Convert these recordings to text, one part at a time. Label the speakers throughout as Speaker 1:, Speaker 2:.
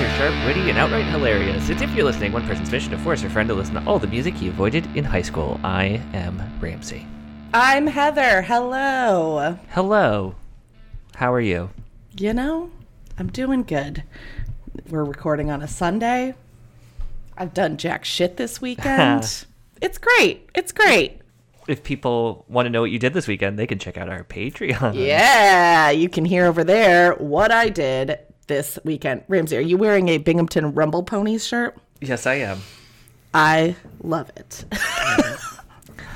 Speaker 1: are sharp, witty, and outright hilarious. It's If You're Listening, one person's mission to force your friend to listen to all the music he avoided in high school. I am Ramsey.
Speaker 2: I'm Heather. Hello.
Speaker 1: Hello. How are you?
Speaker 2: You know, I'm doing good. We're recording on a Sunday. I've done jack shit this weekend. it's great. It's great.
Speaker 1: If people want to know what you did this weekend, they can check out our Patreon.
Speaker 2: Yeah, you can hear over there what I did this weekend. Ramsey, are you wearing a Binghamton Rumble Ponies shirt?
Speaker 1: Yes, I am.
Speaker 2: I love it.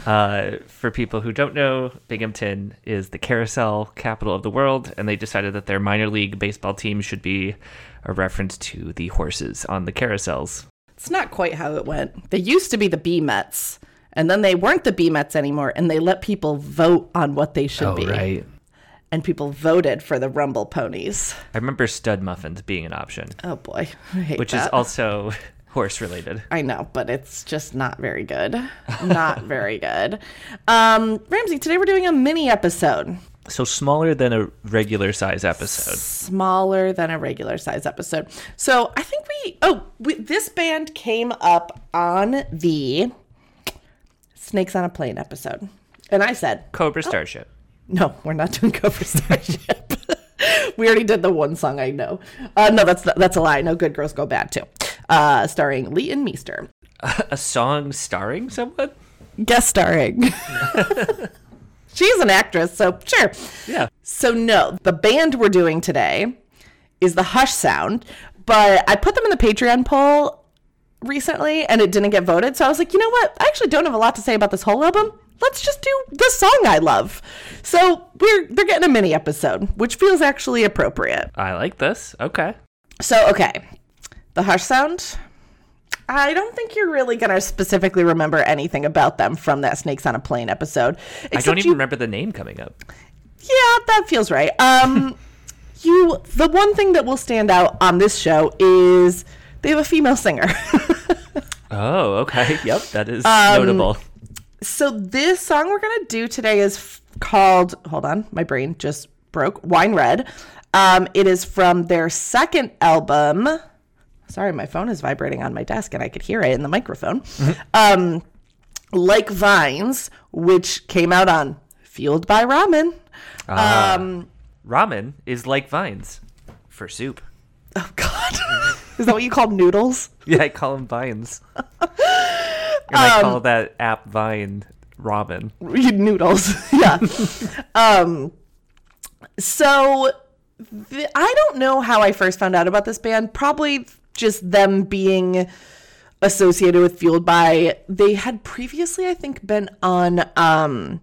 Speaker 1: Uh, for people who don't know, Binghamton is the carousel capital of the world, and they decided that their minor league baseball team should be a reference to the horses on the carousels.
Speaker 2: it's not quite how it went. They used to be the B Mets, and then they weren't the B Mets anymore, and they let people vote on what they
Speaker 1: Oh,
Speaker 2: should be. And people voted for the Rumble Ponies.
Speaker 1: I remember stud muffins being an option,
Speaker 2: Oh boy, I hate
Speaker 1: which
Speaker 2: that.
Speaker 1: is also horse related.
Speaker 2: I know, but it's just not very good. Not very good. Um, Ramsey, today we're doing a mini episode,
Speaker 1: So smaller than a regular size episode.
Speaker 2: smaller than a regular size episode. So I think we. Oh, we, this band came up on the Snakes on a Plane episode, and I said,
Speaker 1: Cobra Starship.
Speaker 2: No, we're not doing cover starship. we already did the one song I know. Uh, no, that's that's a lie. No, good girls go bad too. Uh, starring Lee and Meester,
Speaker 1: A song starring someone?
Speaker 2: guest starring. She's an actress, so sure.
Speaker 1: Yeah.
Speaker 2: So no, the band we're doing today is the Hush Sound, but I put them in the Patreon poll recently and it didn't get voted. So I was like, you know what? I actually don't have a lot to say about this whole album. Let's just do the song I love. So we're they're getting a mini episode, which feels actually appropriate.
Speaker 1: I like this. Okay.
Speaker 2: So okay, the Hush Sound. I don't think you're really gonna specifically remember anything about them from that Snakes on a Plane episode.
Speaker 1: I
Speaker 2: Except
Speaker 1: don't even
Speaker 2: you
Speaker 1: remember the name coming up.
Speaker 2: yeah, that feels right. Um, you, the one thing that will stand out on this show is they have a female singer.
Speaker 1: Oh, okay. Yep, that is
Speaker 2: Um,
Speaker 1: notable.
Speaker 2: so this song we're gonna do today is f- called. Hold on, my brain just broke. Wine Red. Um, it is from their second album. Sorry, my phone is vibrating on my desk, and I could hear it in the microphone. Um, like Vines, which came out on Fueled by Ramen. Um,
Speaker 1: Ramen is like vines for soup.
Speaker 2: oh God, is that what you call noodles?
Speaker 1: Yeah, I call them vines. and I
Speaker 2: Um,
Speaker 1: call that app Vine Ramen.
Speaker 2: noodles. yeah. um, so th- I don't know how I first found out about this band. Probably just them being associated with Fueled by. They had previously, I think, been on um,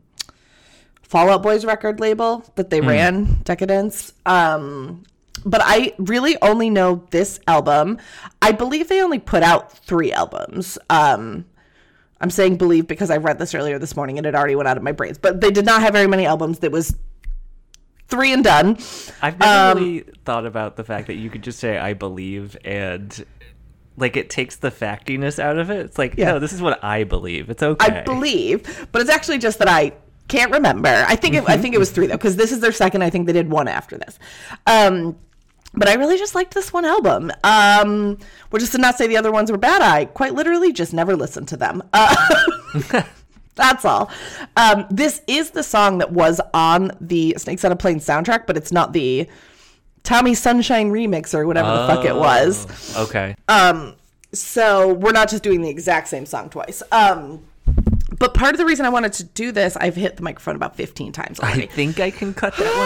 Speaker 2: Fallout Boys record label that they ran, Decadence. Um, but I really only know this album. I believe they only put out three albums. Um, I'm saying believe because I read this earlier this morning and it already went out of my brains. But they did not have very many albums. That was three and done.
Speaker 1: I've
Speaker 2: Um,
Speaker 1: never really thought about the fact that you could just say I believe and like it takes the factiness out of it. It's like,
Speaker 2: Yeah.
Speaker 1: no, this is what I believe. It's
Speaker 2: I
Speaker 1: okay.
Speaker 2: believe, but it's actually just that I can't remember. I think it, I think it was three though, because this is their second. I think they did one after this. Um, but I really just liked this one album. Um, which is to not say the other ones were bad. I quite literally just never listened to them. Uh, that's all. Um, this is the song that was on the Snakes on a Plane soundtrack, but it's not the Tommy Sunshine remix or whatever the fuck it was.
Speaker 1: Oh, Okay.
Speaker 2: So we're not just doing the exact same song twice. Um, but part of the reason I wanted to do this, I've hit the microphone about 15 times
Speaker 1: I
Speaker 2: already.
Speaker 1: think I can cut that one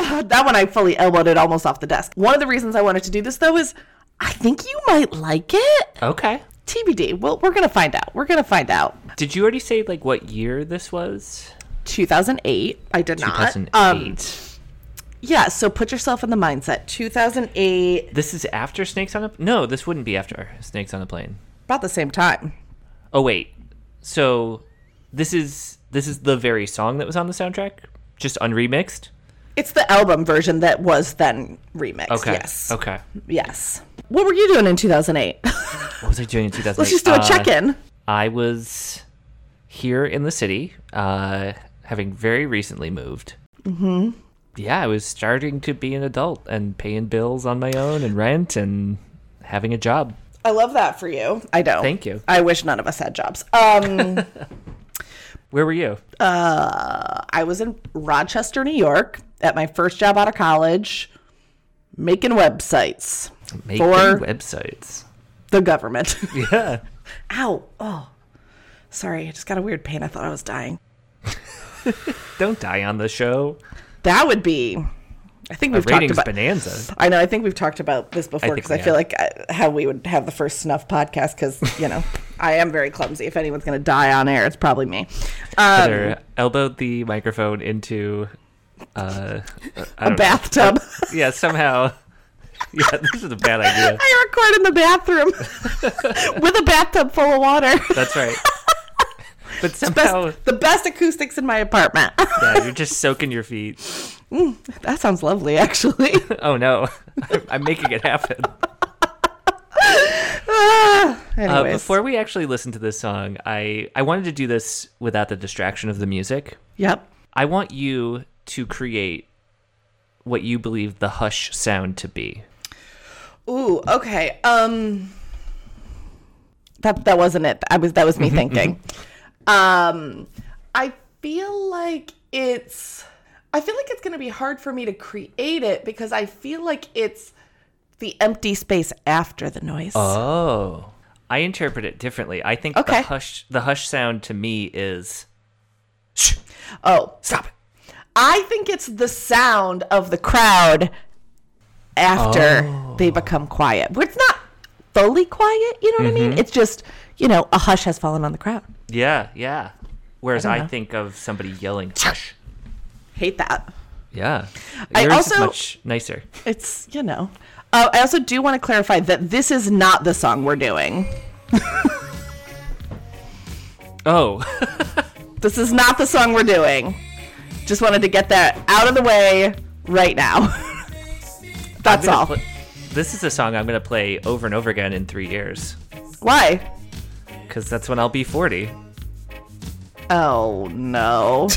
Speaker 1: out.
Speaker 2: Ah, that one I fully elbowed it almost off the desk. One of the reasons I wanted to do this though is I think you might like it.
Speaker 1: Okay.
Speaker 2: TBD. Well, we're gonna find out. We're gonna find out.
Speaker 1: Did you already say like what year this was?
Speaker 2: 2008. I did not.
Speaker 1: 2008.
Speaker 2: Um, yeah. So put yourself in the mindset. 2008.
Speaker 1: this is after Snakes on a No, this wouldn't be after Snakes on a Plane.
Speaker 2: About the same time.
Speaker 1: Oh wait. So this is this is the very song that was on the soundtrack, just unremixed.
Speaker 2: It's the album version that was then remixed.
Speaker 1: Okay.
Speaker 2: Yes.
Speaker 1: Okay.
Speaker 2: Yes. What were you doing in 2008?
Speaker 1: What was I doing in 2008?
Speaker 2: Let's just do a
Speaker 1: Uh,
Speaker 2: check in.
Speaker 1: I was here in the city, uh, having very recently moved. Mm-hmm. Yeah, I was starting to be an adult and paying bills on my own and rent and having a job.
Speaker 2: I love that for you. I don't.
Speaker 1: Thank you.
Speaker 2: I wish none of us had jobs. Um,
Speaker 1: Where were you?
Speaker 2: I was in Rochester, New York, at my first job out of college, making websites
Speaker 1: Making
Speaker 2: for
Speaker 1: websites.
Speaker 2: the government.
Speaker 1: Yeah.
Speaker 2: Ow! Oh, sorry. I just got a weird pain. I thought I was dying.
Speaker 1: Don't die on the show.
Speaker 2: That would be. I think we've talked
Speaker 1: Ratings
Speaker 2: about.
Speaker 1: bonanza.
Speaker 2: I know. I think we've talked about this before
Speaker 1: think
Speaker 2: because I,
Speaker 1: we
Speaker 2: feel
Speaker 1: have.
Speaker 2: like I, how we would have the first snuff podcast because you know I am very clumsy. If anyone's going to die on air, it's probably me. Um,
Speaker 1: Heather elbowed the microphone into uh, a
Speaker 2: bathtub.
Speaker 1: Yeah, somehow. Yeah, this is a bad idea.
Speaker 2: I record in the bathroom with a bathtub full of water.
Speaker 1: That's right. But
Speaker 2: Best-
Speaker 1: somehow,
Speaker 2: the best acoustics in my apartment.
Speaker 1: yeah, you're just soaking your feet.
Speaker 2: that sounds lovely, actually.
Speaker 1: Oh no, I'm, I'm making it happen.
Speaker 2: Ah,
Speaker 1: Uh,
Speaker 2: anyways,
Speaker 1: before we actually listen to this song, I I wanted to do this without the distraction of the music.
Speaker 2: yep.
Speaker 1: I want you to create what you believe the hush sound to be.
Speaker 2: Ooh, okay. Um that that wasn't it. I was that was me thinking. Um I feel like it's I feel like it's going to be hard for me to create it because I feel like it's the empty space after the noise.
Speaker 1: Oh, I interpret it differently. I think
Speaker 2: Okay.
Speaker 1: the hush the hush sound to me is shh,
Speaker 2: oh,
Speaker 1: stop it.
Speaker 2: I think it's the sound of the crowd after they become quiet. Where It's not fully quiet, you know what I mean? It's just, you know, a hush has fallen on the crowd.
Speaker 1: Yeah, yeah. Whereas
Speaker 2: I
Speaker 1: I,
Speaker 2: don't know.
Speaker 1: think of somebody yelling hush.
Speaker 2: Hate that.
Speaker 1: Yeah.
Speaker 2: I
Speaker 1: Yours is
Speaker 2: also-
Speaker 1: much nicer.
Speaker 2: It's you know. Uh, I also do want to clarify that this is not the song we're doing.
Speaker 1: Oh.
Speaker 2: This is not the song we're doing. Just wanted to get that out of the way right now.
Speaker 1: I'm
Speaker 2: That's
Speaker 1: gonna
Speaker 2: all.
Speaker 1: pla- this is a song I'm going to play over and over again in 3 years
Speaker 2: Why?
Speaker 1: cuz that's when I'll be 40.
Speaker 2: Oh no.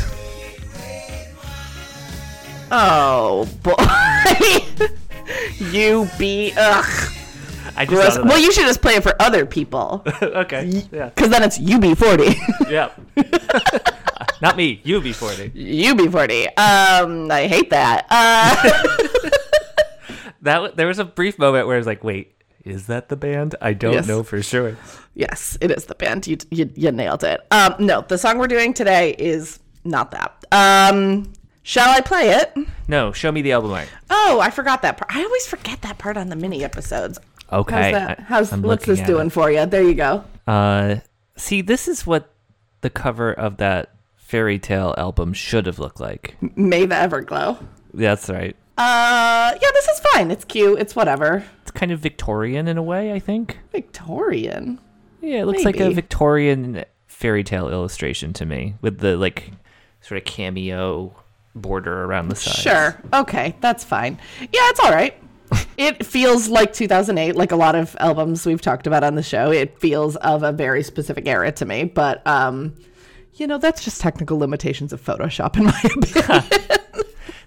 Speaker 2: Oh boy. you be ugh.
Speaker 1: I just
Speaker 2: Gross.
Speaker 1: thought of
Speaker 2: Well,
Speaker 1: that.
Speaker 2: you should just play it for other people,
Speaker 1: okay. Yeah.
Speaker 2: because then it's UB40.
Speaker 1: Yeah. Not me. You be 40.
Speaker 2: UB40. Um, I hate that. Uh,
Speaker 1: That w- there was a brief moment where I was like, "Wait, is that the band? I don't
Speaker 2: Yes.
Speaker 1: know for sure."
Speaker 2: Yes, it is the band. You you, you nailed it. Um, no, the song we're doing today is not that. Um, shall I play it?
Speaker 1: No, show me the album art.
Speaker 2: Oh, I forgot that part. I always forget that part on the mini episodes.
Speaker 1: Okay.
Speaker 2: How's that?
Speaker 1: I-
Speaker 2: How's
Speaker 1: I'm
Speaker 2: what's
Speaker 1: looking
Speaker 2: this
Speaker 1: at
Speaker 2: doing
Speaker 1: it.
Speaker 2: for you? There you go.
Speaker 1: Uh, see, this is what the cover of that fairy tale album should have looked like.
Speaker 2: May the Everglow.
Speaker 1: That's right.
Speaker 2: Uh, yeah, this is fine. It's cute. It's whatever.
Speaker 1: It's kind of Victorian in a way, I think.
Speaker 2: Victorian.
Speaker 1: Yeah, it looks like
Speaker 2: Maybe.
Speaker 1: a Victorian fairy tale illustration to me with the like sort of cameo border around the side.
Speaker 2: Sure. Okay, that's fine. Yeah, it's all right. it feels like 2008, like a lot of albums we've talked about on the show. It feels of a very specific era to me, but um, you know, that's just technical limitations of Photoshop, in my opinion.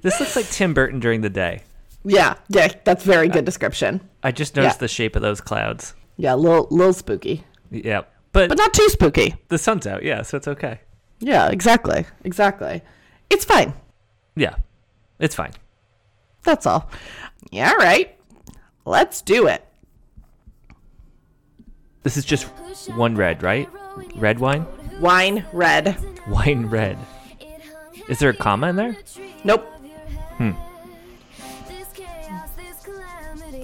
Speaker 1: This looks like Tim Burton during the day.
Speaker 2: yeah, yeah, that's very good description.
Speaker 1: I just noticed
Speaker 2: Yeah.
Speaker 1: the shape of those clouds.
Speaker 2: Yeah, a little, little spooky,
Speaker 1: Yeah. But,
Speaker 2: but not too spooky.
Speaker 1: the sun's out, yeah, so it's okay.
Speaker 2: Yeah, exactly, exactly. It's fine.
Speaker 1: Yeah. It's fine.
Speaker 2: That's all. Yeah, all right. Let's do it.
Speaker 1: This is just one red, right? Red wine?
Speaker 2: Wine red.
Speaker 1: Wine red. Is there a comma in there? Hmm.
Speaker 2: Nope.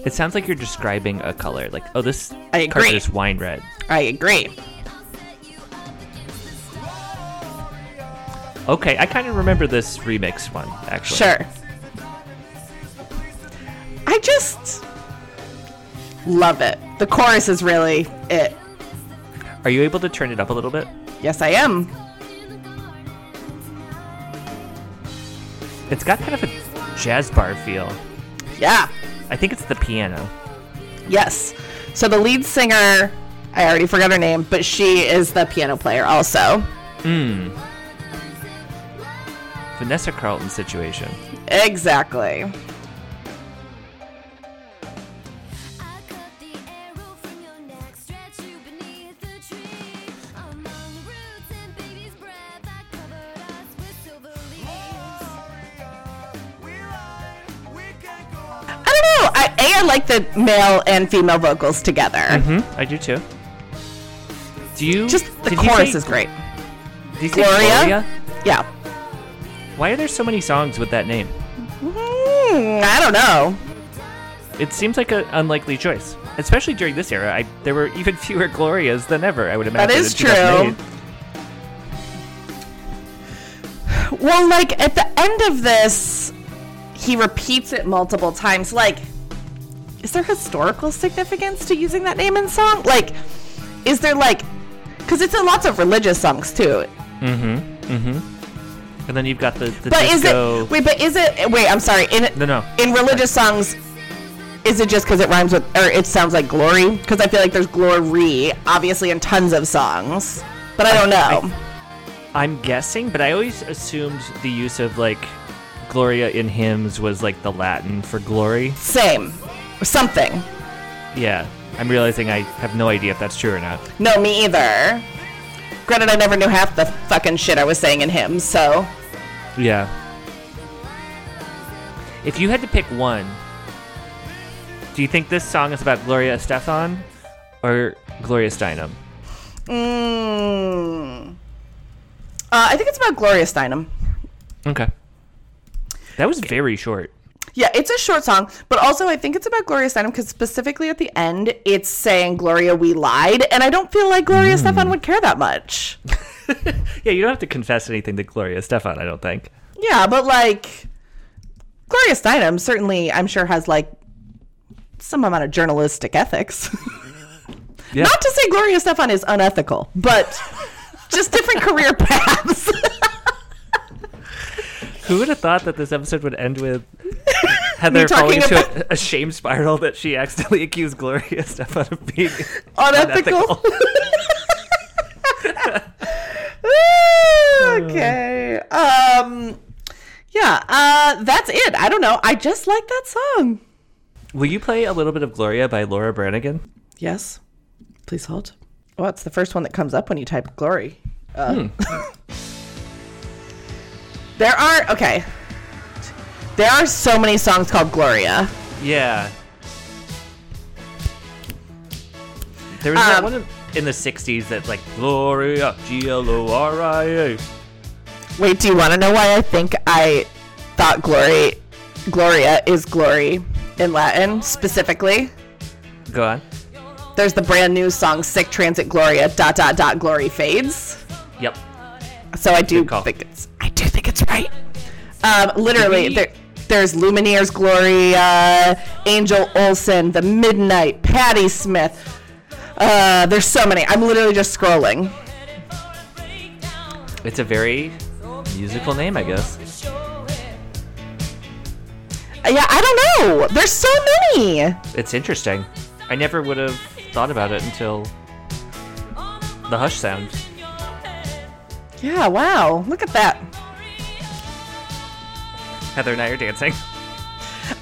Speaker 1: It sounds like you're describing a color. Like, oh, this
Speaker 2: I
Speaker 1: carpet
Speaker 2: agree.
Speaker 1: is wine red.
Speaker 2: I agree.
Speaker 1: Okay, I kind of remember this remix one, actually.
Speaker 2: Sure. I just love it. The chorus is really it.
Speaker 1: Are you able to turn it up a little bit?
Speaker 2: Yes, I am.
Speaker 1: It's got kind of a jazz bar feel.
Speaker 2: Yeah.
Speaker 1: I think it's the piano.
Speaker 2: Yes. So the lead singer, I already forgot her name, but she is the piano player also.
Speaker 1: Vanessa Carlton situation.
Speaker 2: Exactly. I like the male and female vocals together.
Speaker 1: I do too. Do you
Speaker 2: Hmm? Just the
Speaker 1: did you
Speaker 2: chorus
Speaker 1: say-
Speaker 2: is great.
Speaker 1: did you say
Speaker 2: Gloria?
Speaker 1: Gloria?
Speaker 2: Yeah.
Speaker 1: Why are there so many songs with that name?
Speaker 2: Mm, I don't know.
Speaker 1: It seems like an unlikely choice, especially during this era. I, there were even fewer Glorias than ever. I would imagine.
Speaker 2: is
Speaker 1: in 2008.
Speaker 2: Well, like at the end of this, he repeats it multiple times. Like, is there historical significance to using that name in song? Like, is there like, because it's in lots of religious songs too.
Speaker 1: And then you've got the, the
Speaker 2: But
Speaker 1: disco.
Speaker 2: is it wait? But is it wait? I'm sorry. In
Speaker 1: No, no.
Speaker 2: in religious songs, is it just because it rhymes with or it sounds like glory? Because I feel like there's glory obviously in tons of songs, but I don't know.
Speaker 1: I'm guessing, but I always assumed the use of like Gloria in hymns was like the Latin for glory.
Speaker 2: Same, something.
Speaker 1: Yeah, I'm realizing I have no idea if that's true or not.
Speaker 2: No, me either. Granted, I never knew half the fucking shit I was saying in hymns, so.
Speaker 1: Yeah. If you had to pick one, do you think this song is about Gloria Estefan or Gloria Steinem?
Speaker 2: Mm. Uh, I think it's about Gloria Steinem.
Speaker 1: Okay. Eh. That was very short.
Speaker 2: Yeah, it's a short song, but also I think it's about Gloria Steinem because specifically at the end, it's saying, Gloria, we lied. And I don't feel like Gloria Stefan would care that much.
Speaker 1: Yeah, you don't have to confess anything to Gloria Estefan, I don't think.
Speaker 2: yeah, but like, Gloria Steinem certainly, I'm sure, has like some amount of journalistic ethics.
Speaker 1: Yeah.
Speaker 2: Not to say Gloria Stefan is unethical, but just different career paths.
Speaker 1: Who would have thought that this episode would end with Heather falling
Speaker 2: talking
Speaker 1: into a, a shame spiral that she accidentally accused Gloria Stefan of being
Speaker 2: unethical.
Speaker 1: unethical?
Speaker 2: okay. Um yeah, uh that's it. I don't know. I just like that song.
Speaker 1: Will you play a little bit of Gloria by Laura Branigan?
Speaker 2: Yes. Please hold. Well, it's the first one that comes up when you type glory. Uh, there are okay. There are so many songs called Gloria.
Speaker 1: Yeah. There was that
Speaker 2: Um,
Speaker 1: one in- in the 60s that, like, Gloria, G L O R I A.
Speaker 2: Wait, do you want to know why I think I thought glory, Gloria is glory in Latin specifically?
Speaker 1: Go on.
Speaker 2: There's the brand new song "Sick Transit Gloria." Dot dot dot. Glory fades.
Speaker 1: Yep.
Speaker 2: So I do
Speaker 1: Good call.
Speaker 2: think it's I do think it's right. Um,
Speaker 1: Did
Speaker 2: literally,
Speaker 1: we-
Speaker 2: there, there's Lumineers Gloria, Angel Olsen, The Midnight, Patti Smith. Uh, there's so many. I'm literally just scrolling.
Speaker 1: It's a very musical name, I guess.
Speaker 2: Uh, Yeah, I don't know. There's so many.
Speaker 1: It's interesting. I never would have thought about it until the hush sound.
Speaker 2: Yeah, wow. Look at that.
Speaker 1: Heather and I are dancing.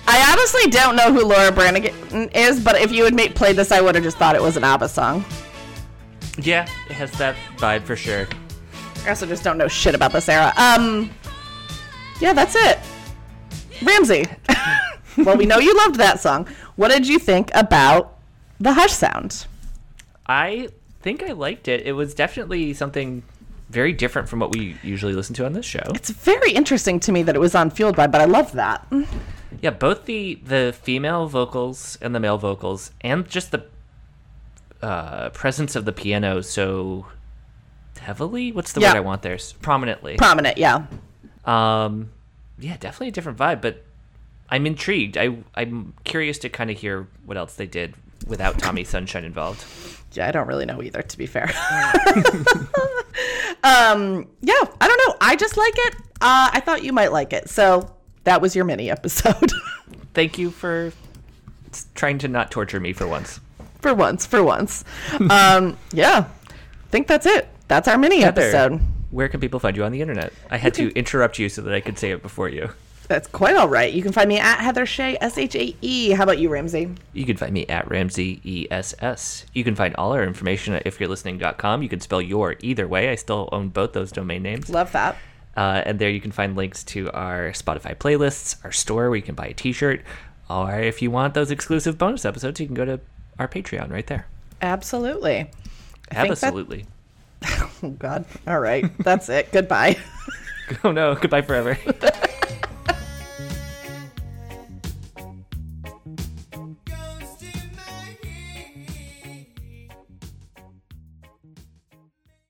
Speaker 2: I honestly don't know who Laura Branigan is, but if you had made, played this, I would have just thought it was an ABBA song.
Speaker 1: Yeah, it has that vibe for sure.
Speaker 2: I also just don't know shit about this era. Um, yeah, that's it. Ramsey. well, we know you loved that song. What did you think about the hush sound?
Speaker 1: I think I liked it. It was definitely something very different from what we usually listen to on this show.
Speaker 2: It's very interesting to me that it was on Fueled by, but I love that.
Speaker 1: Yeah, both the the female vocals and the male vocals, and just the uh, presence of the piano so heavily. What's the
Speaker 2: Yeah.
Speaker 1: word I want there? S- Prominently.
Speaker 2: Prominent, yeah.
Speaker 1: Um, yeah, definitely a different vibe, but I'm intrigued. I I'm curious to kind of hear what else they did without Tommy Sunshine involved.
Speaker 2: Yeah, I don't really know either, to be fair. um, yeah, I don't know. I just like it. Uh, I thought you might like it. So that was your mini episode.
Speaker 1: Thank you for s- trying to not torture me for once.
Speaker 2: for once, for once. Um, yeah, I think that's it. That's our mini
Speaker 1: Heather,
Speaker 2: episode.
Speaker 1: Where can people find you on the internet? I had to interrupt you so that I could say it before you.
Speaker 2: That's quite all right. You can find me at Heather Shea, S H A E. How about you, Ramsey?
Speaker 1: You can find me at Ramsey ESS. You can find all our information at ifyou'relistening.com. You can spell your either way. I still own both those domain names.
Speaker 2: Love that.
Speaker 1: Uh, and there you can find links to our Spotify playlists, our store where you can buy a t shirt, Or if you want those exclusive bonus episodes, you can go to our Patreon right there.
Speaker 2: Absolutely. I think that-
Speaker 1: Absolutely.
Speaker 2: oh, God. All right. That's it. Goodbye.
Speaker 1: Oh no, goodbye forever.